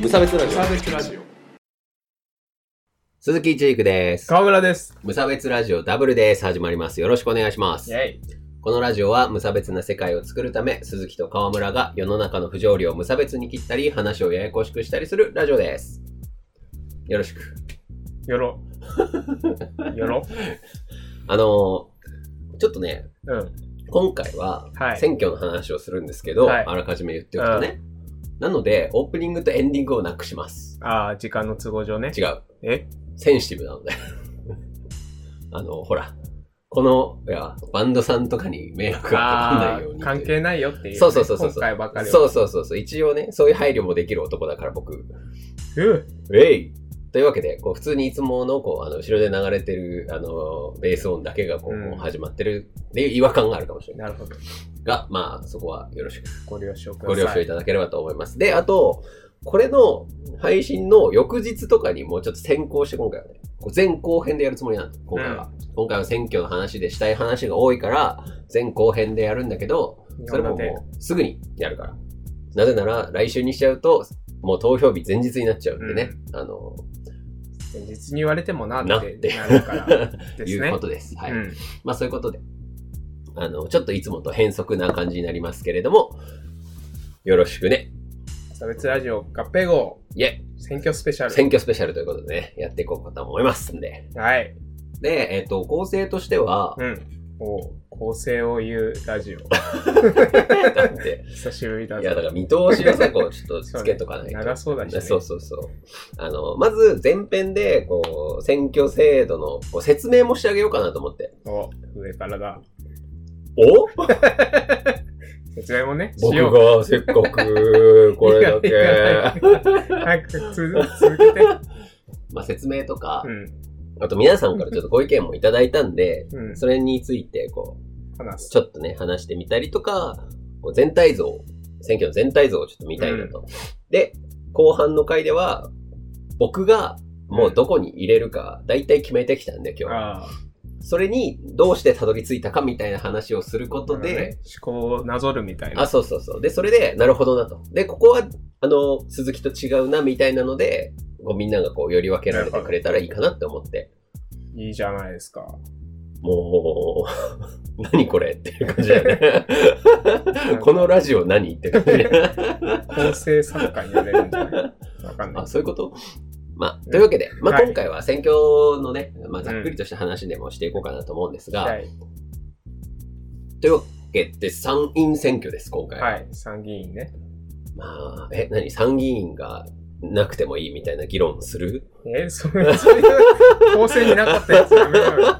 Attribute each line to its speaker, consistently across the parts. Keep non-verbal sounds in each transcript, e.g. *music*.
Speaker 1: 無差別ラジオ
Speaker 2: 差別ラジオ
Speaker 1: 鈴木一陸です
Speaker 2: 川村です
Speaker 1: 無差別ラジオダブルです始まりますよろしくお願いします
Speaker 2: ェイ
Speaker 1: このラジオは無差別な世界を作るため鈴木と川村が世の中の不条理を無差別に切ったり話をややこしくしたりするラジオですよろしく *laughs*
Speaker 2: よろよろ
Speaker 1: あのーちょっとね
Speaker 2: うん
Speaker 1: 今回は
Speaker 2: はい
Speaker 1: 選挙の話をするんですけど、
Speaker 2: はい
Speaker 1: あらかじめ言っておくとね、なのでオープニングとエンディングをなくします
Speaker 2: ああ時間の都合上ね
Speaker 1: 違う
Speaker 2: え
Speaker 1: センシティブなので。 *laughs* あの、ほら、この、いや、バンドさんとかに迷惑がかかん
Speaker 2: あ
Speaker 1: ないよう
Speaker 2: ー
Speaker 1: に。
Speaker 2: 関係ないよっていうね
Speaker 1: そうそうそうそう
Speaker 2: 今回ばかりは
Speaker 1: そうそうそうそう。一応ね、そういう配慮もできる男だから僕。
Speaker 2: う
Speaker 1: えいというわけで、こう普通にいつもの、こう、あの、後ろで流れてる、あの、ベース音だけがこう、
Speaker 2: うん
Speaker 1: もう始まってるっていう違和感があるかもしれ
Speaker 2: ん
Speaker 1: ない。
Speaker 2: なるほど
Speaker 1: が、まあ、そこはよろしく
Speaker 2: ご了承くださ
Speaker 1: ご
Speaker 2: い
Speaker 1: 了承いただければと思います。で、あと、これの配信の翌日とかにもうちょっと先行して今回はね、こう前後編でやるつもりなんです、今回は。今回は選挙の話でしたい話が多いから、前後編でやるんだけど、それも
Speaker 2: 日本
Speaker 1: もうすぐにやるから。なぜなら来週にしちゃうと、もう投票日前日になっちゃうんでね、あの、
Speaker 2: 立て前日に言われてもな
Speaker 1: なっ
Speaker 2: っててなるから
Speaker 1: *laughs*
Speaker 2: で
Speaker 1: い
Speaker 2: す
Speaker 1: う
Speaker 2: ね
Speaker 1: ことです。はい。
Speaker 2: うん
Speaker 1: まあそういうことで、あの、ちょっといつもと変則な感じになりますけれども、よろしくね。
Speaker 2: 差別ラジオ合併号
Speaker 1: イェイ
Speaker 2: 選挙スペシャ
Speaker 1: 選
Speaker 2: ル
Speaker 1: 挙スペシャルということでね、やっていこうかと思いますんで。
Speaker 2: はい
Speaker 1: で、えっ、と、構成として
Speaker 2: *laughs*
Speaker 1: は、
Speaker 2: うんお構成を言うラジオ
Speaker 1: だって、
Speaker 2: 久しぶりだ
Speaker 1: いや、だか
Speaker 2: ぞ
Speaker 1: ら見通しをさ、こう、ちょっとつけとか
Speaker 2: *laughs*
Speaker 1: ないと。
Speaker 2: 長そうだしね
Speaker 1: そうそうそう。あの、まず前編で、こう、選挙制度のこう説明もしてあげようかなと思って。
Speaker 2: お上からだ
Speaker 1: お
Speaker 2: 説明もねし
Speaker 1: 僕
Speaker 2: よう
Speaker 1: がせっか
Speaker 2: *laughs*
Speaker 1: く、これだ
Speaker 2: いや
Speaker 1: け。
Speaker 2: 早くつ続けて。
Speaker 1: まあ説明とか、
Speaker 2: うん。
Speaker 1: あと皆さんからちょっとご意見もいただいたんで、
Speaker 2: うん。
Speaker 1: それについて、こう、
Speaker 2: 話す。
Speaker 1: ちょっとね、話してみたりとか、こう全体像、選挙の全体像をちょっと見たいなと。で、後半の回では、僕がもうどこに入れるか、だいたい決めてきたんで、今日。
Speaker 2: ああ。
Speaker 1: それに、どうしてたどり着いたかみたいな話をすること
Speaker 2: な
Speaker 1: で、
Speaker 2: るほどね、思考をなぞるみたい
Speaker 1: あ、
Speaker 2: な。
Speaker 1: そうそうそう。で、それで、なるほどなと。で、ここは、あの、鈴木と違うな、みたいなので、こうみんながこう、より分けられてくれたらいいかなって思って、
Speaker 2: いいじゃないですか。
Speaker 1: もう、 *laughs* 何これっていう感じだよね。
Speaker 2: *laughs*
Speaker 1: このラジオ何って感じ。
Speaker 2: 構成作家になれるんじゃ *laughs* ないわかんない
Speaker 1: あ、。そういうことまあ、というわけで、まあ、
Speaker 2: はい
Speaker 1: 今回は選挙のね、まあ、ざっくりとした話でもしていこうかなと思うんですが、
Speaker 2: はい。
Speaker 1: というわけで、参院選挙です、今回。
Speaker 2: はい。参議院ね。
Speaker 1: まあ、え、何参議院がなくてもいいみたいな議論する
Speaker 2: え、そういう、そういう構成になかったやつやめろよ。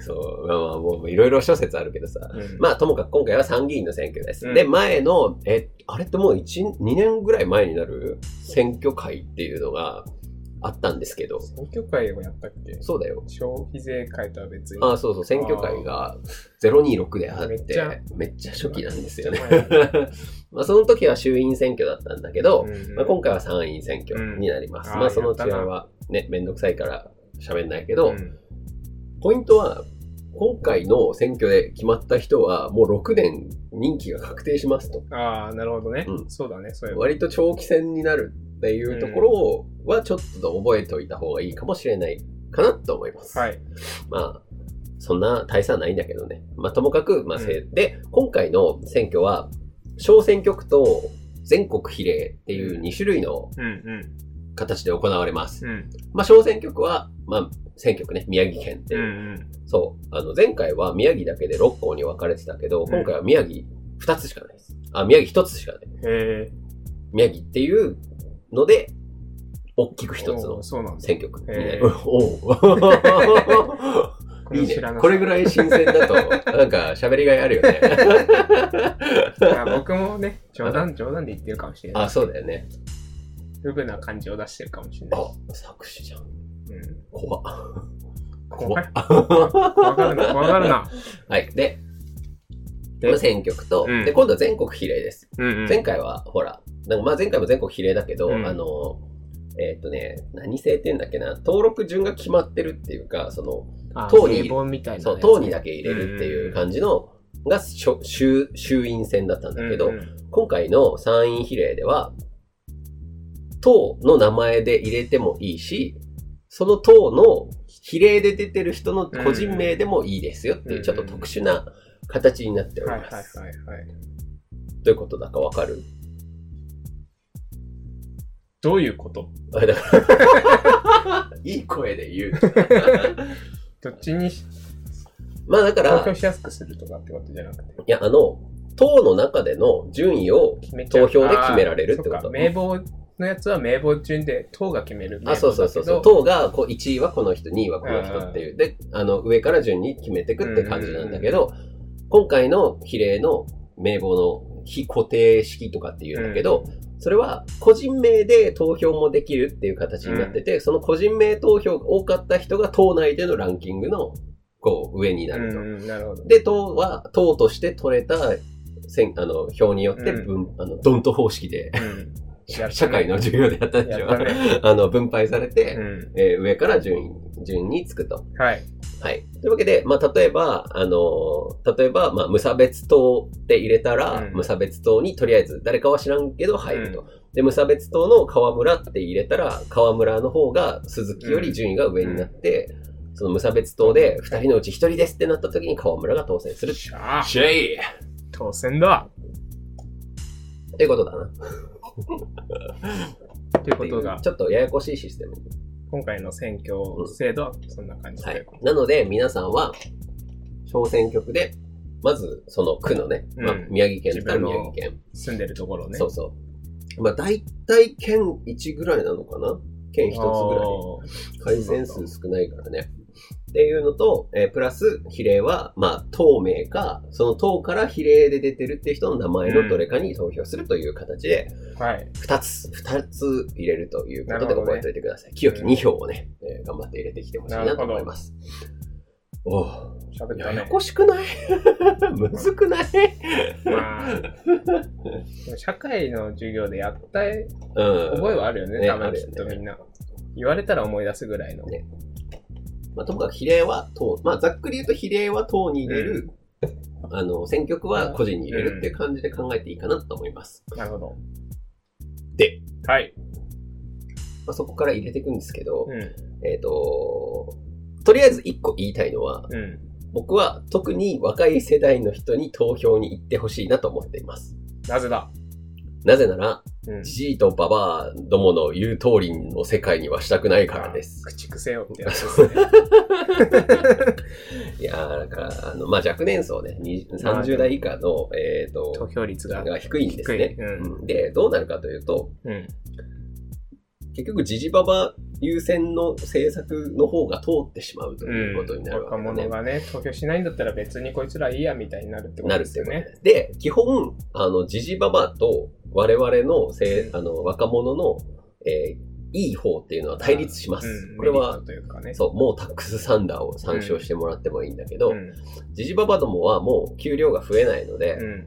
Speaker 1: そう、まあまあ、もういろいろ諸説あるけどさ。
Speaker 2: うん
Speaker 1: まあ、ともかく今回は参議院の選挙です。
Speaker 2: うん
Speaker 1: で、前の、え、あれってもう1、2年ぐらい前になる選挙会っていうのがあったんですけど、
Speaker 2: 選挙会をやったっけ
Speaker 1: そうだよ。
Speaker 2: 消費税会とは別に。
Speaker 1: あそうそう、選挙会が026であって、め
Speaker 2: め
Speaker 1: っ
Speaker 2: っ
Speaker 1: ち
Speaker 2: ち
Speaker 1: ゃ
Speaker 2: ゃ
Speaker 1: 初期なんですよね。
Speaker 2: めっちゃ
Speaker 1: *laughs* まあその時は衆院選挙だったんだけど、
Speaker 2: うん
Speaker 1: まあ、今回は参院選挙になります。
Speaker 2: うん
Speaker 1: ま
Speaker 2: あ
Speaker 1: あ
Speaker 2: ー
Speaker 1: その
Speaker 2: やった
Speaker 1: 違い
Speaker 2: な
Speaker 1: はね、めんどくさいから喋んないけど、
Speaker 2: うん
Speaker 1: ポイントは、今回の選挙で決まった人は、もう6年任期が確定しますと。
Speaker 2: ああ、なるほどね
Speaker 1: う。ん
Speaker 2: そうだね、そういう。
Speaker 1: 割と長期戦になるっていうところは、ちょっと覚えておいた方がいいかもしれないかなと思います。
Speaker 2: はい。
Speaker 1: まあ、そんな大差はないんだけどね。まあ、ともかく、まあ、せで、今回の選挙は、小選挙区と全国比例っていう2種類の
Speaker 2: うんうん。
Speaker 1: 形で行われます。
Speaker 2: うん
Speaker 1: まあ、小選挙区は、まあ、選挙区ね、宮城県って
Speaker 2: う
Speaker 1: いう。
Speaker 2: ん
Speaker 1: そう。あの、前回は宮城だけで6校に分かれてたけど、
Speaker 2: ん
Speaker 1: 今回は宮城2つしかないです。あ、宮城1つしかない。
Speaker 2: うん。へえ。
Speaker 1: 宮城っていうので、大きく1つ
Speaker 2: おー
Speaker 1: の
Speaker 2: そうなんだ。
Speaker 1: 選挙区にな
Speaker 2: へ
Speaker 1: る。
Speaker 2: ー
Speaker 1: おう
Speaker 2: こ
Speaker 1: いい
Speaker 2: *laughs* れ
Speaker 1: ね
Speaker 2: 知らな。かった
Speaker 1: これぐらい新鮮だと、なんか喋りがいあるよね。 *laughs*
Speaker 2: *laughs* まあ僕もね、冗談、冗談で言ってるかもしれない。
Speaker 1: あ、そうだよね。
Speaker 2: ふぶな感じを出してるかもしれない。
Speaker 1: あ、作詞じゃん。
Speaker 2: うん、
Speaker 1: 怖っ
Speaker 2: 怖い。
Speaker 1: は
Speaker 2: わかるな、わかるな。
Speaker 1: い。で、
Speaker 2: で
Speaker 1: まあ選挙区と、
Speaker 2: うん
Speaker 1: で、今度は全国比例です。
Speaker 2: うん、うん。
Speaker 1: 前回は、ほら、なんかまあ前回も全国比例だけど、
Speaker 2: うん
Speaker 1: あの、えっ、とね、何制って言うんだっけな、登録順が決まってるっていうか、その、
Speaker 2: あ
Speaker 1: 党に
Speaker 2: 平凡みたいなやつ。
Speaker 1: そう、党にだけ入れるっていう感じの、がしょ衆衆院選だったんだけど、
Speaker 2: うんうん
Speaker 1: 今回の参院比例では、党の名前で入れてもいいし、その党の比例で出てる人の個人名でもいいですよっていうう、
Speaker 2: ん
Speaker 1: ちょっと特殊な形になってお
Speaker 2: はい
Speaker 1: り
Speaker 2: はい
Speaker 1: ま
Speaker 2: はい
Speaker 1: す。
Speaker 2: はい。
Speaker 1: どういうことだかわかる *laughs*
Speaker 2: どういうこと
Speaker 1: あれだから、 *laughs* いい声で言う。
Speaker 2: どっちにし
Speaker 1: まあだか
Speaker 2: 投
Speaker 1: ら
Speaker 2: *laughs* 票、しやすくするとかってことじゃなくて。
Speaker 1: いや、あの、党の中での順位を、
Speaker 2: 決めちゃう
Speaker 1: 投票で決められるってこと
Speaker 2: あーそっか名簿のやつは名簿順で党が決める名簿だ
Speaker 1: あ、
Speaker 2: け
Speaker 1: そう
Speaker 2: ど。
Speaker 1: そうそうそう、党がこう1位はこの人、2位はこの人っていう、で、あの、上から順に決めてくって感じなんだけど、今回の比例の名簿の非固定式とかっていうんだけど、それは個人名で投票もできるっていう形になってて、その個人名投票が多かった人が党内でのランキングの、こう、上にな
Speaker 2: うん
Speaker 1: ると。
Speaker 2: うん、なるほど。
Speaker 1: で、党は、党として取れた選あの票によって
Speaker 2: うん
Speaker 1: 分、あの、ドント方式で、
Speaker 2: うんやったね
Speaker 1: 社会の授業でやったでし
Speaker 2: や
Speaker 1: ょ。
Speaker 2: ったね。
Speaker 1: *laughs* あの、分配されて、
Speaker 2: う
Speaker 1: えー上から順位、順につくと。
Speaker 2: ん。はい。
Speaker 1: はい。というわけで、まあ、例えば、あのー例えば、まあ、無差別党って入れたら、
Speaker 2: うん
Speaker 1: 無差別党にとりあえず、誰かは知らんけど入ると。
Speaker 2: う
Speaker 1: で、無差別党の河村って入れたら、河村の方が鈴木より順位が上になって、その無差別党で2人のうち1人ですってなった時に河村が当選する。
Speaker 2: しゃあ、
Speaker 1: シェイ
Speaker 2: 当選だ
Speaker 1: ということだな。
Speaker 2: ということが、
Speaker 1: ちょっとややこしいシステム。
Speaker 2: 今回の選挙制度はそんな感じ
Speaker 1: は
Speaker 2: で
Speaker 1: い。。なので、皆さんは、小選挙区で、まず、その区のね、まあ
Speaker 2: うん、
Speaker 1: 宮城県だったら
Speaker 2: 自
Speaker 1: 宮
Speaker 2: 分の
Speaker 1: 城県。
Speaker 2: 住んでるところね。
Speaker 1: そうそう。まあ、大体県1ぐらいなのかな県1つぐらい。改善数少ないからね。っていうのと、えープラス、比例は、まあ、党名か、その党から比例で出てるって人の名前のどれかに投票するという形で、
Speaker 2: ぐらい。はい。
Speaker 1: 2つ、二つ入れるということ
Speaker 2: なる
Speaker 1: で
Speaker 2: ほどね
Speaker 1: 覚えておいてください。清き2票をね、えー頑張って入れてきてほしいなと思います。おう
Speaker 2: 喋っ
Speaker 1: や
Speaker 2: た
Speaker 1: や
Speaker 2: ね。
Speaker 1: こしくない *laughs* むずくない
Speaker 2: まあ、でも社会の授業でやった
Speaker 1: うん。
Speaker 2: 覚えはあるよね、
Speaker 1: ね
Speaker 2: 多
Speaker 1: あ
Speaker 2: 分
Speaker 1: る
Speaker 2: き
Speaker 1: よ
Speaker 2: っ
Speaker 1: ね
Speaker 2: とみんな。言われたら思い出すぐらいの。
Speaker 1: ねまあ、ともかく比例は党、まあ、ざっくり言うと比例は党に入れる、あの、選挙区は個人に入れるっていう感じで考えていいかなと思います。
Speaker 2: なるほど。
Speaker 1: で、
Speaker 2: はい。
Speaker 1: まあ、そこから入れていくんですけど、
Speaker 2: うん。
Speaker 1: えっ、と、とりあえず一個言いたいのは、
Speaker 2: うん。
Speaker 1: 僕は特に若い世代の人に投票に行ってほしいなと思っています。
Speaker 2: なぜだ
Speaker 1: なぜなら、
Speaker 2: うん。
Speaker 1: じじいとばばあどもの言う通りの世界にはしたくないからです。
Speaker 2: 口癖よってや
Speaker 1: *laughs*
Speaker 2: つですね。
Speaker 1: いやーだから、あの、まあ、若年層ね、に30代以下の、えっ、と、
Speaker 2: 投票率が。
Speaker 1: が低いんですね
Speaker 2: 低。いうん
Speaker 1: うんで、どうなるかというと、
Speaker 2: うん。
Speaker 1: 結局、ジジババ優先の政策の方が通ってしまうということになるわ
Speaker 2: 若
Speaker 1: けだね。
Speaker 2: 者がね、投票しないんだったら別にこいつらいいやみたいになるってこ
Speaker 1: な
Speaker 2: と
Speaker 1: る
Speaker 2: で
Speaker 1: っ
Speaker 2: す
Speaker 1: てい
Speaker 2: よ
Speaker 1: うこと
Speaker 2: ね。
Speaker 1: です。で、基本、あの、ジジババと我々のせい、
Speaker 2: う
Speaker 1: あの、若者の、えーいい方っていうのは対立します。
Speaker 2: うん
Speaker 1: これ
Speaker 2: メリッ
Speaker 1: は、
Speaker 2: トというかね。
Speaker 1: そう、もうタックスサンダーを参照してもらってもいいんだけど、
Speaker 2: ん
Speaker 1: ジジババどもはもう給料が増えないので、
Speaker 2: うん。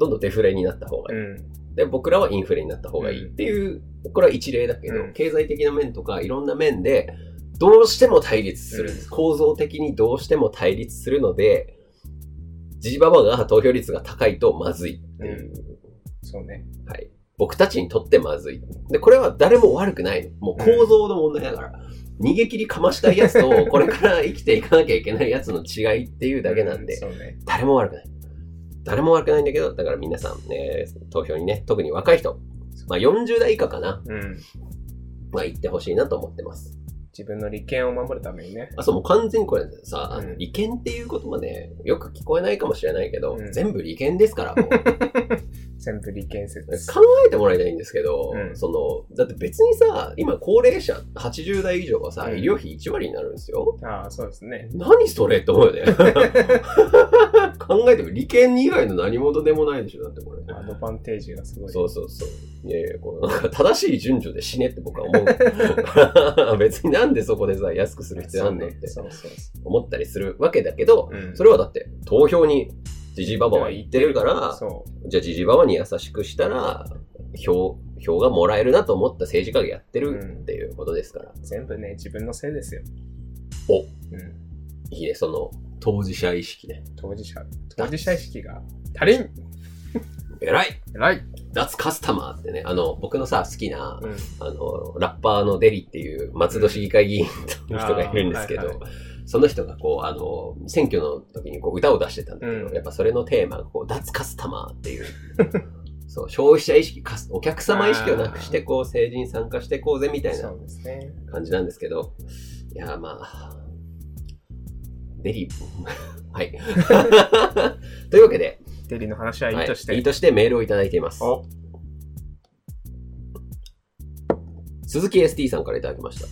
Speaker 1: どんどんデフレになった方がいい。
Speaker 2: うん。
Speaker 1: で、僕らはインフレになった方がいいっていう、これは一例だけど、
Speaker 2: うん
Speaker 1: 経済的な面とかいろんな面で、どうしても対立する、
Speaker 2: うん
Speaker 1: 構造的にどうしても対立するので、ジジババが投票率が高いとまずいっていう、
Speaker 2: そうね。
Speaker 1: はい。僕たちにとってまずい。で、これは誰も悪くない。もう構造の問題だから。逃げ切りかましたいやつ
Speaker 2: *laughs*
Speaker 1: と、これから生きていかなきゃいけないやつの違いっていうだけなんで
Speaker 2: う、そうね。
Speaker 1: 誰も悪くない。誰も悪くないんだけど、だから皆さん、ね、投票にね、特に若い人、まあ40代以下かな、
Speaker 2: うん。
Speaker 1: まあ行ってほしいなと思ってます。
Speaker 2: 自分の利権を守るためにね。
Speaker 1: あ、そう、もう完全にこれさ、あの
Speaker 2: うん
Speaker 1: 利権っていうことまでよく聞こえないかもしれないけど、
Speaker 2: うん
Speaker 1: 全部利権ですから、もう考
Speaker 2: 全部利権説。
Speaker 1: えてもらいたいんですけど、
Speaker 2: うん
Speaker 1: その、だって別にさ、今高齢者80代以上はさ、
Speaker 2: うん
Speaker 1: 医療費1割になるんですよ。
Speaker 2: ああ、そうですね。
Speaker 1: 何それって思うよね。 *laughs* 考えても利権以外の何事でもないでしょ、だってこれ。
Speaker 2: アドバンテージがすごい。
Speaker 1: そうそうそう。いやいや、こうなんか正しい順序で死ねって僕は思うから。 *laughs* 別になんでそこでさ、安くする必要あんのっ
Speaker 2: そう
Speaker 1: て
Speaker 2: ねそうそうそ
Speaker 1: 思ったりするわけだけど、
Speaker 2: う。うん
Speaker 1: それはだって投票にジジババは言ってるから、
Speaker 2: そ
Speaker 1: じゃあジジババに優しくしたら、票、票がもらえるなと思った政治家がやってるっていうことですから。
Speaker 2: う。全部ね、自分のせいですよ。
Speaker 1: お
Speaker 2: うん。
Speaker 1: いいね、その当事者意識ね。
Speaker 2: 当事者。当事者意識が足りん
Speaker 1: 偉い
Speaker 2: 偉い
Speaker 1: 脱カスタマーってね、あの、僕のさ、好きな、
Speaker 2: うん
Speaker 1: あの、ラッパーのデリっていう松戸市議会議員の人がいるんですけ
Speaker 2: あーは
Speaker 1: ど
Speaker 2: い、
Speaker 1: その人がこう、あの、選挙の時にこう歌を出してたんだけど、
Speaker 2: うん
Speaker 1: やっぱそれのテーマがこう、脱カスタマーっていう。そう、消費者意識、カスお客様意識をなくして、こう、成人参加していこうぜみたいな
Speaker 2: そうですね。
Speaker 1: 感じなんですけど、いやー、まあ、デリ、 *laughs* はい。 *laughs* というわけで、
Speaker 2: デリの話はいいとして。
Speaker 1: はい、いいとしてメールをいただいています。
Speaker 2: お
Speaker 1: 鈴木 ST さんからいただきました。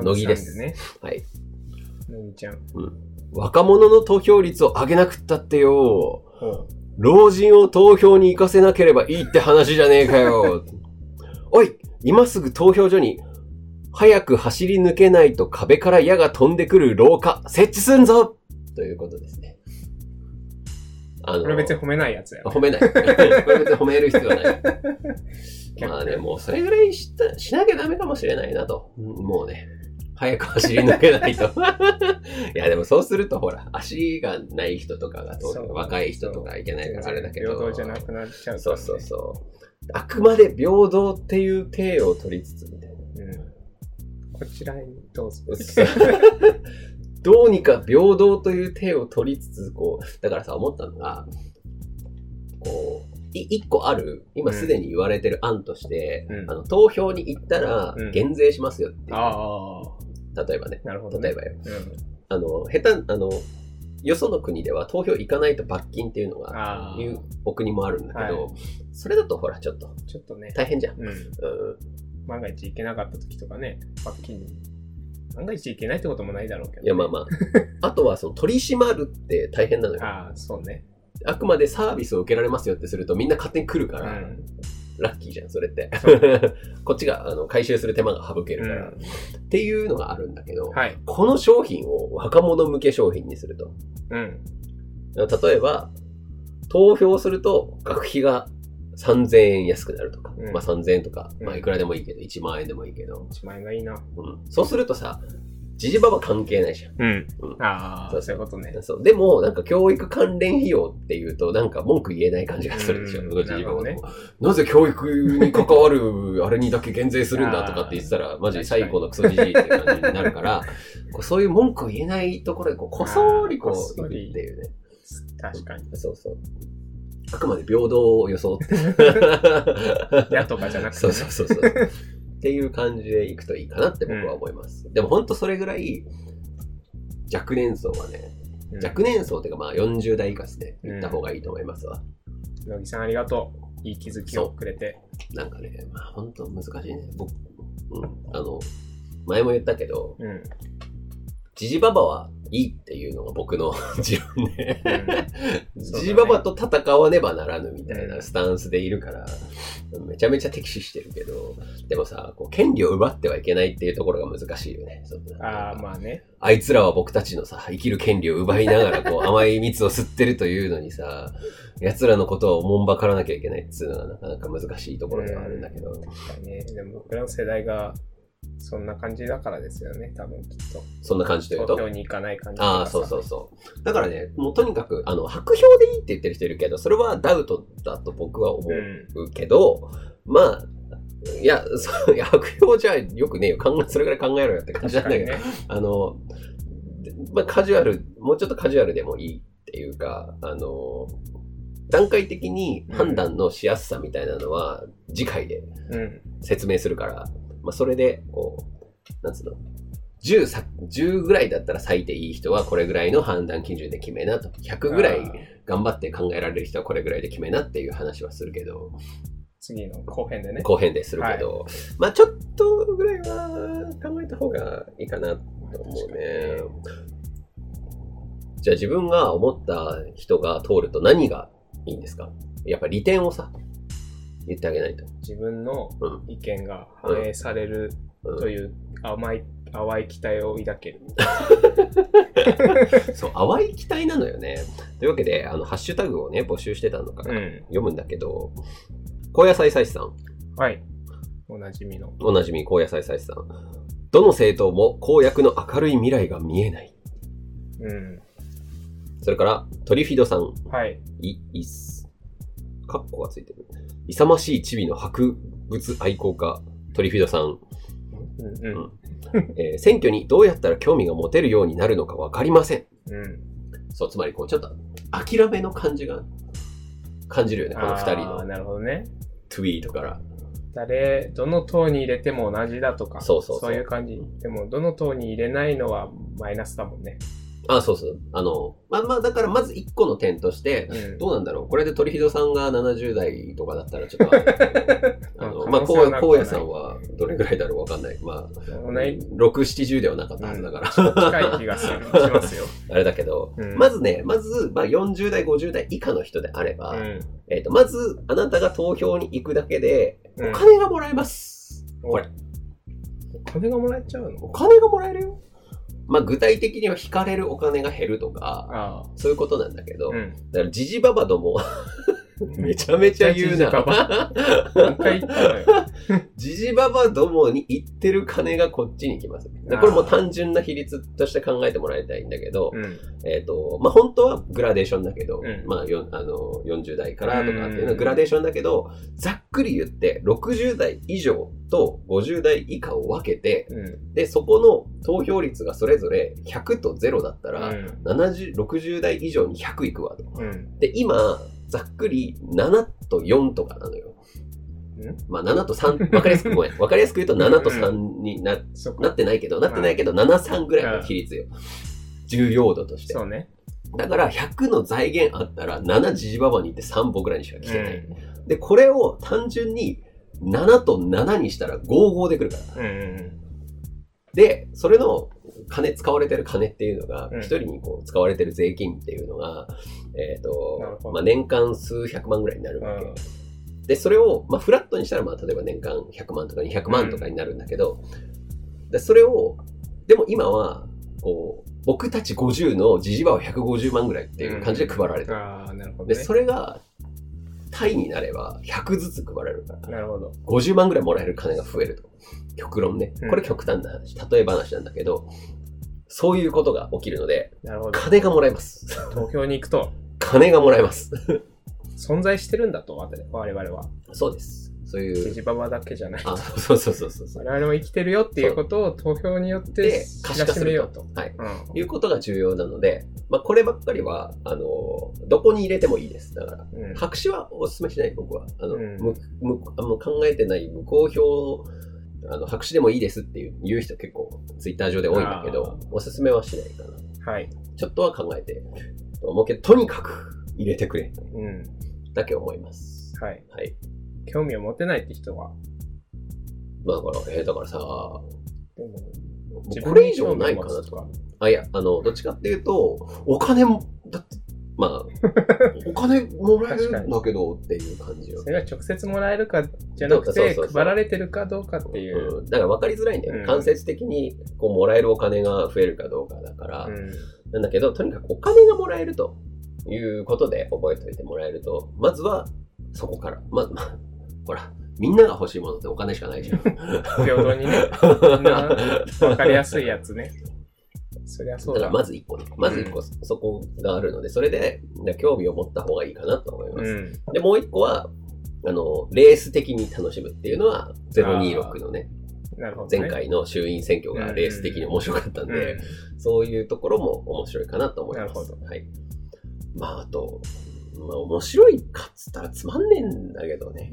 Speaker 1: 乃木です
Speaker 2: 乃木
Speaker 1: はい。
Speaker 2: さんでね。乃木ちゃん。
Speaker 1: 若者の投票率を上げなくったってよ。
Speaker 2: ほう
Speaker 1: 老人を投票に行かせなければいいって話じゃねえかよ。 *laughs* おい、今すぐ投票所に、早く走り抜けないと壁から矢が飛んでくる廊下、設置すんぞということですね。あ
Speaker 2: これ別に褒めないやつや。
Speaker 1: 褒めない。これ別に褒める必要は
Speaker 2: *laughs*
Speaker 1: ない。
Speaker 2: 逆
Speaker 1: まあね、もうそれぐらいしたしなきゃダメかもしれないなと。うんもうね、早く走り抜けないと。 *laughs* いや、でもそうするとほら、足がない人とかが当然
Speaker 2: そう
Speaker 1: 若い人とかいけないからあれだけど。
Speaker 2: 平等じゃなくなっちゃうからね、
Speaker 1: そうそうそう。あくまで平等っていう体を取りつつみたいな。
Speaker 2: うん。こちらにどうぞ。
Speaker 1: *laughs* どうにか平等という手を取りつつ、こう、だからさ、思ったのが、こう、い一個ある、今すでに言われてる案として、
Speaker 2: うん
Speaker 1: あの投票に行ったら
Speaker 2: うん
Speaker 1: 減税しますよっていう、
Speaker 2: あ
Speaker 1: 例えばね、
Speaker 2: あ。なるほど、
Speaker 1: 例え
Speaker 2: ね。
Speaker 1: ばよ。
Speaker 2: うん。
Speaker 1: あの、下手、あの、よその国では投票行かないと罰金っていうのが、
Speaker 2: ああ。
Speaker 1: いうお国もあるんだけど、
Speaker 2: は
Speaker 1: それだとほら、ちょっと
Speaker 2: ちょっとね。
Speaker 1: 大変じゃん。
Speaker 2: うん。
Speaker 1: うん、
Speaker 2: 万が一行けなかった時とかね、罰金。万が一行けないってこともないだろうけど、
Speaker 1: いや、まあ
Speaker 2: *laughs*
Speaker 1: まあ。あとは、その、取り締まるって大変なのよ。
Speaker 2: あ。ああ、そうね。
Speaker 1: あくまでサービスを受けられますよってすると、みんな勝手に来るか
Speaker 2: う
Speaker 1: ら、
Speaker 2: ん。
Speaker 1: ラッキーじゃん、それって
Speaker 2: そ。
Speaker 1: *laughs* こっちがあの回収する手間が省け
Speaker 2: う
Speaker 1: るから、
Speaker 2: ん、
Speaker 1: っていうのがあるんだけど、
Speaker 2: はい。
Speaker 1: この商品を若者向け商品にすると。
Speaker 2: うん。
Speaker 1: 例えば、投票すると学費が3000円安くなるとか、
Speaker 2: うん
Speaker 1: まあ3000円とか、
Speaker 2: うん
Speaker 1: まあいくらでもいいけど、1万円でもいいけど、
Speaker 2: 1万円がいいな。
Speaker 1: うんそうするとさ、ジジババ関係ないじゃん。
Speaker 2: うん。あ
Speaker 1: そ
Speaker 2: あ、
Speaker 1: う
Speaker 2: そういうことね。
Speaker 1: そうでも、なんか教育関連費用っていうと、なんか文句言えない感じがするでしょ。
Speaker 2: うん
Speaker 1: ジジババも
Speaker 2: なる
Speaker 1: なぜ教育に関わるあれにだけ減税するんだとかって言ってたら、マジ最高のクソじじいっていう感じになる
Speaker 2: *laughs*
Speaker 1: から、こうそういう文句を言えないところでこう、こそーりこ
Speaker 2: あーこっ
Speaker 1: う、
Speaker 2: そ
Speaker 1: 行くって
Speaker 2: り
Speaker 1: いうね。
Speaker 2: 確かに。
Speaker 1: そうそう。あくまで平等を装
Speaker 2: *laughs*
Speaker 1: って。
Speaker 2: やとかじゃなくて、
Speaker 1: そ
Speaker 2: ね。
Speaker 1: うそうそうそう。っていう感じでいくといいかなって僕は思います。でも本当それぐらい、若年層はね、
Speaker 2: うん
Speaker 1: 若年層っていうかまあ40代以下ですね、
Speaker 2: うん
Speaker 1: 行った方がいいと思いますわ。
Speaker 2: 乃木さんありがとう。いい気づきをくれて。
Speaker 1: なんかね、まあ本当難しいね。僕、うん、あの、前も言ったけど、
Speaker 2: うん。うん
Speaker 1: ジジババはいいっていうのが僕
Speaker 2: *laughs*
Speaker 1: の持論で、
Speaker 2: そうだね
Speaker 1: ジジババと戦わねばならぬみたい
Speaker 2: うん
Speaker 1: なスタンスでいるから、めちゃめちゃ敵視してるけど、でもさ、こう権利を奪ってはいけないっていうところが難しいよね。その
Speaker 2: ああ、まあね。
Speaker 1: あいつらは僕たちのさ、生きる権利を奪いながら *laughs* こう甘い蜜を吸ってるというのにさ、奴らのことをおもんばからなきゃいけないっつうのはなかなか難しいところではあるんだけど、
Speaker 2: 確かにね。でも僕らの世代がそんな感じだからですよね。多分きっと。
Speaker 1: そんな感じというと
Speaker 2: 東京に行かない感じとかさ
Speaker 1: ああ、そうそうそう。だからね、もうとにかく、あの、白票でいいって言ってる人いるけど、それはダウトだと僕は思
Speaker 2: うん。
Speaker 1: うけど、まあ、いや、そういや白票じゃよくねえよ。考え、それぐらい考えろよって感じなん
Speaker 2: 確
Speaker 1: だけ
Speaker 2: かに
Speaker 1: ど、
Speaker 2: ね。
Speaker 1: あの、でまあ、カジュアル、もうちょっとカジュアルでもいいっていうか、あの、段階的に判断のしやすさみたいなのは、次回で
Speaker 2: うん。
Speaker 1: 説明するから、まあ、それで、こう、なんつうの、10さ、10ぐらいだったら最低いい人はこれぐらいの判断基準で決めなと、100ぐら
Speaker 2: あー
Speaker 1: い頑張って考えられる人はこれぐらいで決めなっていう話はするけど、
Speaker 2: 次の後編でね。
Speaker 1: 後編でするけど、まあちょっとぐらいは考えた方がいいかなと思うね。じゃあ自分が思った人が通ると何がいいんですかやっぱ利点をさ、言ってあげないと。
Speaker 2: 自分の
Speaker 1: うん
Speaker 2: 意見が反映される
Speaker 1: うん
Speaker 2: という甘い、淡い期待を抱ける。
Speaker 1: そう、淡い期待なのよね。というわけで、あの、ハッシュタグをね、募集してたのから
Speaker 2: うん。
Speaker 1: 読むんだけど、高野菜祭司さん、
Speaker 2: はい。おなじみの。
Speaker 1: おなじみ高野菜祭司さん。どの政党も公約の明るい未来が見えない。
Speaker 2: うん。
Speaker 1: それから、トリフィドさん、
Speaker 2: はい。
Speaker 1: い、いっす。カッコがついてる。勇ましいチビの博物愛好家、トリフィドさん。
Speaker 2: うんうん
Speaker 1: えー選挙にどうやったら興味が持てるようになるのかわかりません。
Speaker 2: うん
Speaker 1: そう、つまりこう、ちょっと諦めの感じが感じるよね、この二人
Speaker 2: あー
Speaker 1: の
Speaker 2: なるほどね
Speaker 1: ツイートから。
Speaker 2: 誰どの党に入れても同じだとか
Speaker 1: そうそうそう
Speaker 2: いう感じでもどの党に入れないのはマイナスだもんね、
Speaker 1: あ、そうそう。あの、まあまあ、だからまず一個の点として、
Speaker 2: うん、
Speaker 1: どうなんだろうこれで鳥ひどさんが70代とかだったらちょっと、
Speaker 2: *laughs*
Speaker 1: あの、まあ、
Speaker 2: 可能
Speaker 1: こう
Speaker 2: 性はなくはない
Speaker 1: こうやさんはどれぐらいだろうわかんない。まあ、
Speaker 2: 同
Speaker 1: 6
Speaker 2: じ、
Speaker 1: 70ではなかったはずだから。
Speaker 2: 近い気がするしますよ、
Speaker 1: あれだけど、
Speaker 2: うん
Speaker 1: まずね、まず、まあ、40代、50代以下の人であれば、
Speaker 2: うん
Speaker 1: えっ、と、まず、あなたが投票に行くだけで、
Speaker 2: う
Speaker 1: お
Speaker 2: ん、
Speaker 1: 金がもらえます。これ。
Speaker 2: お金がもらえちゃうの
Speaker 1: お金がもらえるよ。まあ、具体的には引かれるお金が減るとか、
Speaker 2: ああ
Speaker 1: そういうことなんだけど、
Speaker 2: うん
Speaker 1: だから、ジジババど
Speaker 2: *laughs*
Speaker 1: も、めちゃめちゃ言う
Speaker 2: ジジバ
Speaker 1: *laughs* な。
Speaker 2: 何回言ったのよ。
Speaker 1: ジジババどもに行ってる金がこっちに来ます。でこれも単純な比率として考えてもらいたいんだけど、
Speaker 2: うん。
Speaker 1: えっ、と、まあ、本当はグラデーションだけど、
Speaker 2: うん
Speaker 1: まあ、よあの、40代からとかっていうの
Speaker 2: う
Speaker 1: は
Speaker 2: ん
Speaker 1: グラデーションだけど、ざっくり言って、60代以上と50代以下を分けて、
Speaker 2: うん。
Speaker 1: で、そこの投票率がそれぞれ100と0だったら、
Speaker 2: うん。
Speaker 1: 70、60代以上に100いくわと。
Speaker 2: うん。
Speaker 1: で、今、ざっくり7と4とかなのよ。まあ、7と3、わかりやすく、ごめん。わかりやすく言うと7と3にな
Speaker 2: そっ
Speaker 1: な
Speaker 2: か。
Speaker 1: ってないけど、なってないけど、7、3ぐらいの比率よ。重要度として
Speaker 2: そ。うね。
Speaker 1: だから100の財源あったら7ジジババに行って3歩ぐらいにしか来
Speaker 2: う
Speaker 1: てない。
Speaker 2: ん。
Speaker 1: で、これを単純に7と7にしたら55で来るから。
Speaker 2: うん。
Speaker 1: で、それの金、使われてる金っていうのが、
Speaker 2: うん
Speaker 1: 一人にこう使われてる税金っていうのが、えっ、
Speaker 2: なるほ
Speaker 1: と、
Speaker 2: ど
Speaker 1: まあ、年間数百万ぐらいになる
Speaker 2: う
Speaker 1: わけ。
Speaker 2: ん。
Speaker 1: で、それを、まあ、フラットにしたら、まあ、例えば年間100万とか200万とかになるんだけど、でそれを、でも今は、こう、僕たち50のジジバは150万ぐらいっていう感じで配られてる
Speaker 2: ああ、なるほど
Speaker 1: で、
Speaker 2: ね。
Speaker 1: それが、タイになれば100ずつ配られるから、
Speaker 2: なるほど。
Speaker 1: 50万ぐらいもらえる金が増えると。極論ね
Speaker 2: うん。
Speaker 1: これ極端な話、例え話なんだけど、そういうことが起きるので、
Speaker 2: なるほど。
Speaker 1: 金がもらえます。
Speaker 2: 投票に行くと、
Speaker 1: 金がもらえます。
Speaker 2: 存在してるんだと、我々は。
Speaker 1: そうです。そうい
Speaker 2: ジ
Speaker 1: う、
Speaker 2: ジババだけじゃない。
Speaker 1: あ、そうそうそうそうそう。
Speaker 2: 我々も生きてるよっていうことを投票によって
Speaker 1: で
Speaker 2: 知
Speaker 1: 可視
Speaker 2: ら
Speaker 1: 化す
Speaker 2: しめ
Speaker 1: る
Speaker 2: よ
Speaker 1: よ
Speaker 2: うと。
Speaker 1: はい。
Speaker 2: うん。
Speaker 1: いうことが重要なので、まあ、こればっかりは、あの、どこに入れてもいいです。だから、
Speaker 2: うん
Speaker 1: 白紙はお勧めしない、僕は。あの、
Speaker 2: うん
Speaker 1: むむあの考えてない無公表あの白紙でもいいですっていう言う人結構ツイッター上で多いんだけど、おすすめはしないかな。
Speaker 2: はい。
Speaker 1: ちょっとは考えて、と思うけど、とにかく入れてくれ、
Speaker 2: うん。
Speaker 1: だけ思います。
Speaker 2: はい。
Speaker 1: はい。
Speaker 2: 興味を持てないって人は、
Speaker 1: まあだから、えーだからさ、
Speaker 2: でも
Speaker 1: もう
Speaker 2: 自
Speaker 1: こ
Speaker 2: 分
Speaker 1: れ
Speaker 2: に
Speaker 1: 以上
Speaker 2: 興味を
Speaker 1: ないか
Speaker 2: 持
Speaker 1: な
Speaker 2: つ
Speaker 1: と
Speaker 2: と
Speaker 1: か。
Speaker 2: か。
Speaker 1: あ、いや、あの、どっちかっていうと、お金も、だって、
Speaker 2: *laughs*
Speaker 1: まあ、お金もらえるんだけどっていう感じよ
Speaker 2: そ。れが直接もらえるかじゃな
Speaker 1: そ
Speaker 2: く
Speaker 1: うそう
Speaker 2: て、
Speaker 1: そうそう
Speaker 2: 配られてるかどうかっていう。
Speaker 1: うんだから分かりづらいね、
Speaker 2: うん
Speaker 1: 間接的にこうもらえるお金が増えるかどうかだから、
Speaker 2: うん。
Speaker 1: なんだけどとにかくお金がもらえるということで覚えておいてもらえるとまずはそこからまず、まあ、ほらみんなが欲しいものってお金しかないじゃん
Speaker 2: 平等
Speaker 1: *laughs*
Speaker 2: にね、 *laughs* みんな分かりやすいやつね。そりゃそう
Speaker 1: だから
Speaker 2: だ。
Speaker 1: まず一個ねまず一個そこがあるのでそれでだから興味を持った方がいいかなと思います、
Speaker 2: うん。
Speaker 1: でもう一個はあのレース的に楽しむっていうのは026のね
Speaker 2: なるほど、ね。
Speaker 1: 前回の衆院選挙がレース的に面白かったんで、そういうところも面白いかなと思います。
Speaker 2: なるほ
Speaker 1: はい。まあ、あと、まあ、面白いかっつったらつまんねえんだけどね。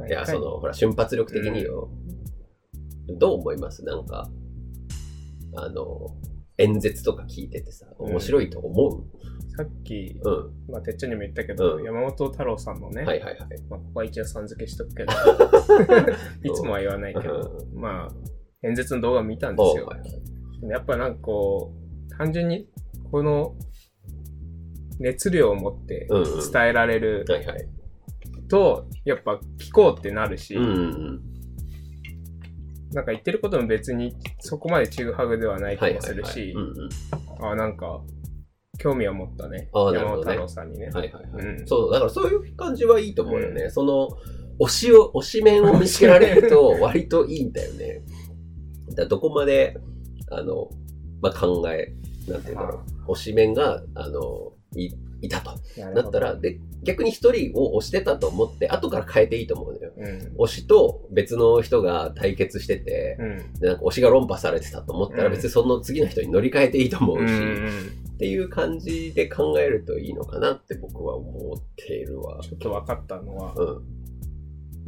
Speaker 2: うん、
Speaker 1: いや、その、ほら、瞬発力的によ。どう思いますなんか、あの、演説とか聞いててさ、
Speaker 2: うん
Speaker 1: 面白いと思
Speaker 2: さっき、
Speaker 1: ううん。
Speaker 2: まあ、てっちゃんにも言ったけど、
Speaker 1: うん
Speaker 2: 山本太郎さんのね、
Speaker 1: はいはいはい。
Speaker 2: まあ、ここは一応さん付けしとく
Speaker 1: *laughs*
Speaker 2: けど、いつもは言わないけど、
Speaker 1: う
Speaker 2: まあ、演説の動画見たん
Speaker 1: ん
Speaker 2: です
Speaker 1: おう
Speaker 2: よ。
Speaker 1: はいはい
Speaker 2: でもやっぱなんかこう、単純に、この、熱量を持って
Speaker 1: うんうん
Speaker 2: 伝えられる
Speaker 1: はいはい。
Speaker 2: と、やっぱ聞こうってなるし、
Speaker 1: うんうん
Speaker 2: なんか言ってることも別にそこまでちぐはぐではな
Speaker 1: うん。
Speaker 2: い気もするし
Speaker 1: う、んうん。
Speaker 2: あ、なんか、興味を持ったね。
Speaker 1: あー
Speaker 2: 山
Speaker 1: なるほ
Speaker 2: 本
Speaker 1: どね
Speaker 2: 太郎さんにね。
Speaker 1: はいはいはい。
Speaker 2: うん
Speaker 1: そう、だからそういう感じはいいと思うよね。その、推しを、推し面を見つけられる
Speaker 2: *laughs*
Speaker 1: と割といいんだよね。だからどこまで、あの、まあ、考え、なんていうんだろう。推し面が、あの、いいたと。
Speaker 2: なる
Speaker 1: な
Speaker 2: ほ
Speaker 1: っ
Speaker 2: ど
Speaker 1: たら、で、逆に一人を押してたと思って、後から変えていいと思うのよ。
Speaker 2: うん。
Speaker 1: 推しと別の人が対決してて、
Speaker 2: うん。
Speaker 1: でなんか推しが論破されてたと思った
Speaker 2: う
Speaker 1: ら
Speaker 2: ん
Speaker 1: 別にその次の人に乗り換えていいと思
Speaker 2: う
Speaker 1: うんし、
Speaker 2: うん
Speaker 1: っていう感じで考えるといいのかなって僕は思っているわ。
Speaker 2: ちょっと分かったのは、
Speaker 1: うん。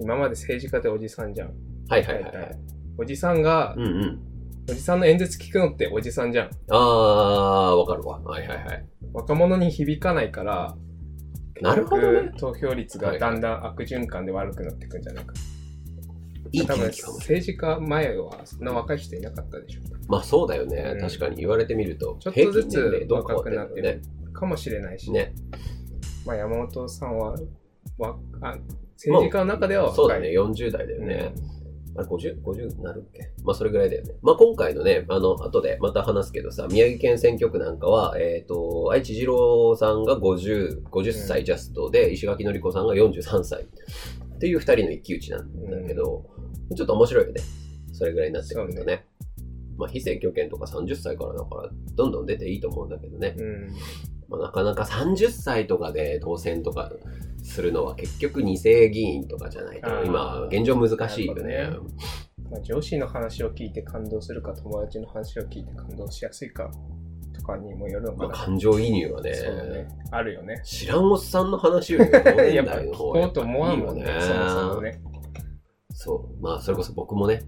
Speaker 2: 今まで政治家っておじさんじゃん。
Speaker 1: はいはいはいはい。
Speaker 2: おじさんが
Speaker 1: う、んうん。
Speaker 2: おじさんの演説聞くのっておじさんじゃん。
Speaker 1: あー、わかるわ。はいはいはい。
Speaker 2: 若者に響かないから、
Speaker 1: なるほどね。
Speaker 2: 投票率がだんだん悪循環で悪くなっていくんじゃないか。
Speaker 1: いい
Speaker 2: 多
Speaker 1: 天
Speaker 2: 分
Speaker 1: 気かもしれない。
Speaker 2: 政治家前はそんな若い人いなかったでしょ
Speaker 1: まあそうだよね、
Speaker 2: うん
Speaker 1: 確かに言われてみると、
Speaker 2: ちょっとず
Speaker 1: 平
Speaker 2: つ
Speaker 1: 均年齢どう変わ
Speaker 2: 若
Speaker 1: って
Speaker 2: く
Speaker 1: る
Speaker 2: なってる
Speaker 1: ん
Speaker 2: かもしれないし、
Speaker 1: だよね。ね。
Speaker 2: まあ、山本さんはわあ政治家の中では若い。
Speaker 1: そうだね、40代だよね。あれ 50, 50なるっけまあそれぐらいだよね。まあ今回のね、あの、後でまた話すけどさ、宮城県選挙区なんかは、えっ、と、愛知二郎さんが50、50歳ジャストで、石垣のり子さんが43歳っていう二人の一騎打ちなんだけど、ちょっと面白いよね。それぐらいになってくると
Speaker 2: そ
Speaker 1: ね。
Speaker 2: う
Speaker 1: まあ非選挙権とか30歳からだから、どんどん出ていいと思うんだけどね。
Speaker 2: うん。うん
Speaker 1: まあなかなか30歳とかで当選とかするのは結局二世議員とかじゃないと
Speaker 2: あ、ー
Speaker 1: 今、現状難しいよ
Speaker 2: なる
Speaker 1: ね
Speaker 2: ほどねまあ、上司の話を聞いて感動するか、友達の話を聞いて感動しやすいかとかにもよるの
Speaker 1: ま
Speaker 2: か
Speaker 1: あ、
Speaker 2: な。
Speaker 1: 感情移入はね
Speaker 2: そうだね。あるよね。
Speaker 1: 知らんおっさんの話よりも同
Speaker 2: *laughs*
Speaker 1: 年
Speaker 2: やっぱ
Speaker 1: 代
Speaker 2: 聞
Speaker 1: の方
Speaker 2: こうと思わんもん
Speaker 1: いい
Speaker 2: ね、
Speaker 1: よ
Speaker 2: そもそもね。
Speaker 1: そうまあそれこそ僕もね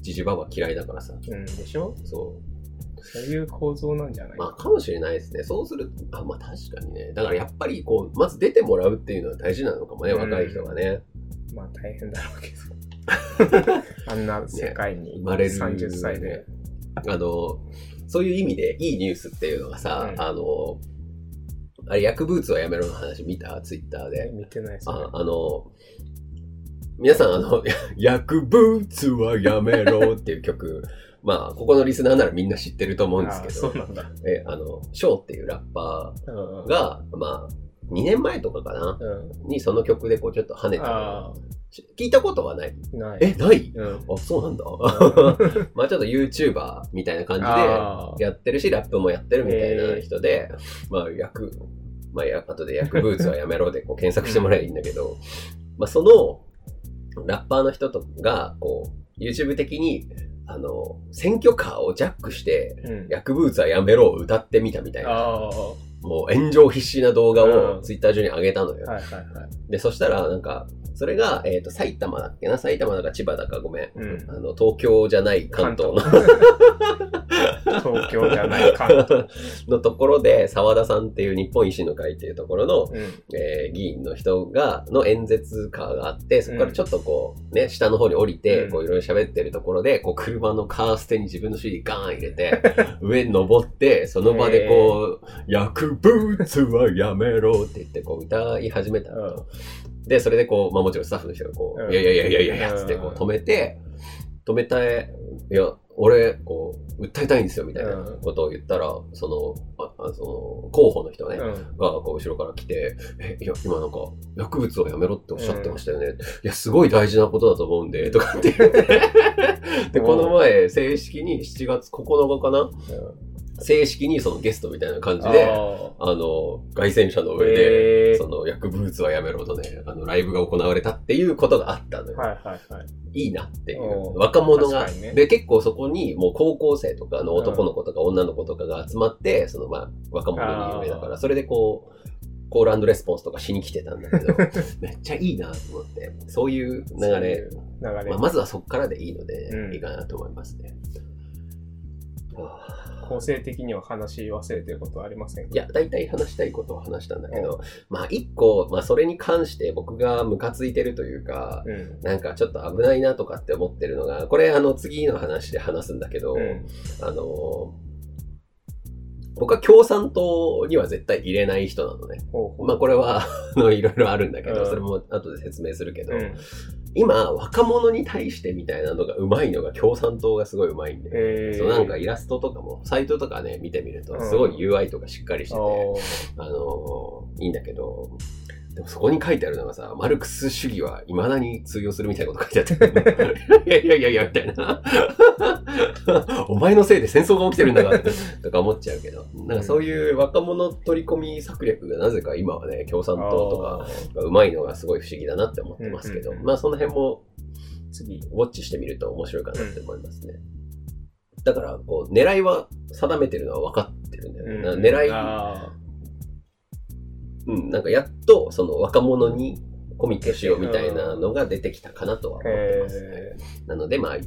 Speaker 1: ジジババ嫌いだからさ
Speaker 2: うん、でしょ
Speaker 1: そ
Speaker 2: そういう構造なんじゃな
Speaker 1: う
Speaker 2: い
Speaker 1: まあかもしれないですねそうするとあまあ確かにねだからやっぱりこうまず出てもらうっていうのは大事なのかもね
Speaker 2: うん
Speaker 1: 若い人がね
Speaker 2: まあ大変だろう
Speaker 1: *laughs*
Speaker 2: けど。あんな世界に、
Speaker 1: ね生まれる
Speaker 2: 30歳で。
Speaker 1: あのそういう意味でいいニュースっていうのがさ、
Speaker 2: うん
Speaker 1: あのあれ薬物はやめろの話見たツイッターで
Speaker 2: 見てないですね
Speaker 1: あ。あの、皆さん、あの、 *laughs* 薬物はやめろっていう曲、 *laughs* まあ、ここのリスナーならみんな知ってると思うんですけ
Speaker 2: あ
Speaker 1: ど
Speaker 2: そう、なんだ。
Speaker 1: え、あの、ショーっていうラッパ
Speaker 2: うん
Speaker 1: ーが、まあ、2年前とかかな、
Speaker 2: う
Speaker 1: にその曲でこうちょっと跳ね
Speaker 2: ん。
Speaker 1: たの
Speaker 2: あ
Speaker 1: し聞いたことはない。
Speaker 2: あ、ない。
Speaker 1: え、ない
Speaker 2: うん。
Speaker 1: あ、そうなんだ。 *laughs* まあちょっと YouTuber みたいな感じで、
Speaker 2: あ
Speaker 1: やってるし、ラップもやってるみたいな人で、まあ、薬、まあ、や後で薬物はやめろでこう検索してもらえばいいんだけど、まあ、その、ラッパーの人とが、こう、YouTube 的に、あの、選挙カーをジャックして、
Speaker 2: ーうん。
Speaker 1: 薬物はやめろを歌ってみたみたいな、
Speaker 2: ああ、は
Speaker 1: もう炎上必至な動画
Speaker 2: う
Speaker 1: を
Speaker 2: ん
Speaker 1: Twitter 上に上げたの
Speaker 2: い
Speaker 1: よ。
Speaker 2: はいはい。
Speaker 1: で、そしたら、なんか、それが、えっ、と、埼玉だっけな埼玉だか千葉だかごめん。
Speaker 2: うん
Speaker 1: あの、東京じゃない関東の。
Speaker 2: 東 *laughs* 京じゃない関
Speaker 1: *laughs*
Speaker 2: 東。
Speaker 1: のところで、沢田さんっていう日本維新の会っていうところの、
Speaker 2: うん。
Speaker 1: えー議員の人が、の演説カーがあって、そこからちょっとこう、ね、下の方に降りて、
Speaker 2: うん
Speaker 1: こういろいろ喋ってるところで、こう車のカーステに自分の CD ガーン入れて、 *laughs* 上に登って、その場でこう、薬物はやめろって言って、こう歌い始めたのと。で、それでこう、まあもちろんスタッフの人がこ
Speaker 2: うん
Speaker 1: う、いやいやいやいやいやいや、つってこう止めて、止めたい、いや、俺、こう、訴えたいんですよ、みたいなことを言ったら、その、ああその、候補の人がね、
Speaker 2: うん。
Speaker 1: がこう後ろから来て、え、いや、今なんか薬物をやめろっておっしゃってましたよね。いや、すごい大事なことだと思うんで、とかって言って。で、この前、正式に7月9日かな正式にそのゲストみたいな感じで、あの、外戦車の上で、
Speaker 2: え
Speaker 1: その薬物はやめろとね、あの、ライブが行われたっていうことがあったのよ。
Speaker 2: はいはいはい。
Speaker 1: いいなっていう。
Speaker 2: おー
Speaker 1: 若者が、
Speaker 2: 確かにね
Speaker 1: で、結構そこに、もう高校生とかの男の子とか女の子とかが集まって、その、まあ、若者に有名だか
Speaker 2: あ
Speaker 1: ら、それでこう、コールレスポンスとかしに来てたんだけ
Speaker 2: *laughs*
Speaker 1: ど、めっちゃいいなと思って、そういう流
Speaker 2: そうい
Speaker 1: れ
Speaker 2: う、流
Speaker 1: まあ、
Speaker 2: れ。
Speaker 1: まずはそこからでいいので、
Speaker 2: うん
Speaker 1: いいかなと思いますね。あー
Speaker 2: 構成的には話し忘れてることはありませんか
Speaker 1: いや、大体話したいことを話したんだけど、まあ、一個、まあ、それに関して僕がムカついてるというか、
Speaker 2: うん。
Speaker 1: なんかちょっと危ないなとかって思ってるのが、これあの次の話で話すんだけど、
Speaker 2: うん。
Speaker 1: あのー僕は共産党には絶対入れない人なのね。
Speaker 2: ほうほう
Speaker 1: まあこれは *laughs* あのいろいろあるんだけ
Speaker 2: う
Speaker 1: ど、
Speaker 2: ん
Speaker 1: それも後で説明するけど、
Speaker 2: うん。
Speaker 1: 今若者に対してみたいなのがうまいのが共産党がすごいうまいんで、
Speaker 2: えー
Speaker 1: そうなんかイラストとかも、サイトとかね見てみる
Speaker 2: う
Speaker 1: と
Speaker 2: ん
Speaker 1: すごい UI とかしっかりしてて、
Speaker 2: おー
Speaker 1: あのーいいんだけど、でもそこに書いてあるのがさ、マルクス主義は未だに通用するみたいなこと書いてあって、いやいやいやいや、みたいな。お前のせいで戦争が起きてるんだから、とか思っちゃうけど、なんかそういう若者取り込み策略がなぜか今はね、共産党とか
Speaker 2: あー
Speaker 1: がうまいのがすごい不思議だなって思ってますけど、
Speaker 2: うんうんうん
Speaker 1: まあその辺も
Speaker 2: 次。
Speaker 1: ウォッチしてみると面白いかなって思いますね。だから、こう、狙いは定めてるのは分かってるんだよね。
Speaker 2: うん
Speaker 1: な狙い、
Speaker 2: あ
Speaker 1: うん、なんかやっとその若者にコミットしようみたいなのが出てきたかなとは思
Speaker 2: ー
Speaker 1: って
Speaker 2: へ
Speaker 1: ますね。なのでまあ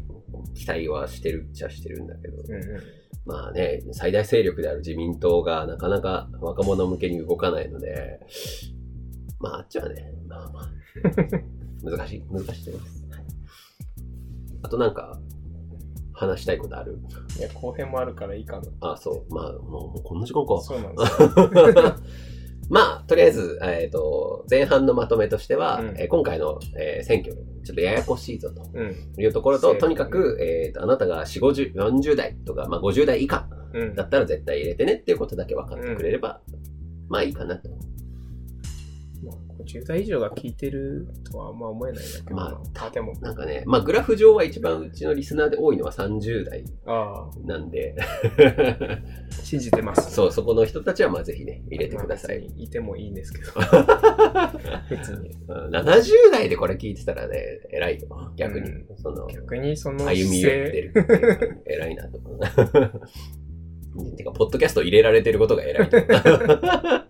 Speaker 1: 期待はしてるっちゃしてるんだけど、
Speaker 2: ーうんうん
Speaker 1: まあね、最大勢力である自民党がなかなか若者向けに動かないので、まああっちはね、まあ *laughs* まあ、難しい、難しいです。はいあとなんか、話したいことある
Speaker 2: いや、後編もあるからいいかな。
Speaker 1: あ、そう、まあもうもうこんな時間か。
Speaker 2: そうなんですよ。
Speaker 1: *laughs* まあ、とりあえず、えー、と前半のまとめとしては、
Speaker 2: うん
Speaker 1: えー今回の、えー選挙、ちょっとややこしいぞと
Speaker 2: うん。
Speaker 1: いうところと、
Speaker 2: そうですね
Speaker 1: とにかく、えー、とあなたが4 50 40代とか、まあ、50代以下
Speaker 2: うん
Speaker 1: だ。ったら絶対入れてねっていうことだけ分かってくれれば、まあいいかなと。
Speaker 2: まあ50代以上が聞いてるとはあんま思えないんだけどな。
Speaker 1: ま
Speaker 2: あ、でも、
Speaker 1: なんかね、まあ、グラフ上は一番うちのリスナーで多いのは30代
Speaker 2: ああ、
Speaker 1: なんで、 *laughs*
Speaker 2: 信じてます。
Speaker 1: そう、そこの人たちはまあぜひね、入れてください。
Speaker 2: まあ別にいてもいいんです
Speaker 1: *laughs*
Speaker 2: けど。別に。
Speaker 1: うん70代でこれ聞いてたらね、偉いよ、逆に。
Speaker 2: う
Speaker 1: その
Speaker 2: 逆にその姿
Speaker 1: 歩み寄って
Speaker 2: 勢、
Speaker 1: るっていうのが偉いなと
Speaker 2: *laughs*
Speaker 1: 思う。てか、ポッドキャスト入れられてることが偉いと思
Speaker 2: *laughs*
Speaker 1: う。
Speaker 2: バ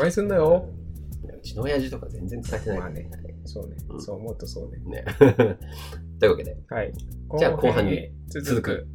Speaker 2: カにすんなよ。
Speaker 1: うちの親父とか全然使ってない。
Speaker 2: まあねそうね
Speaker 1: う。ん
Speaker 2: そう思うとそう
Speaker 1: ね
Speaker 2: ね。
Speaker 1: *laughs* というわけで、
Speaker 2: はい。
Speaker 1: じゃあ後半に
Speaker 2: 続く。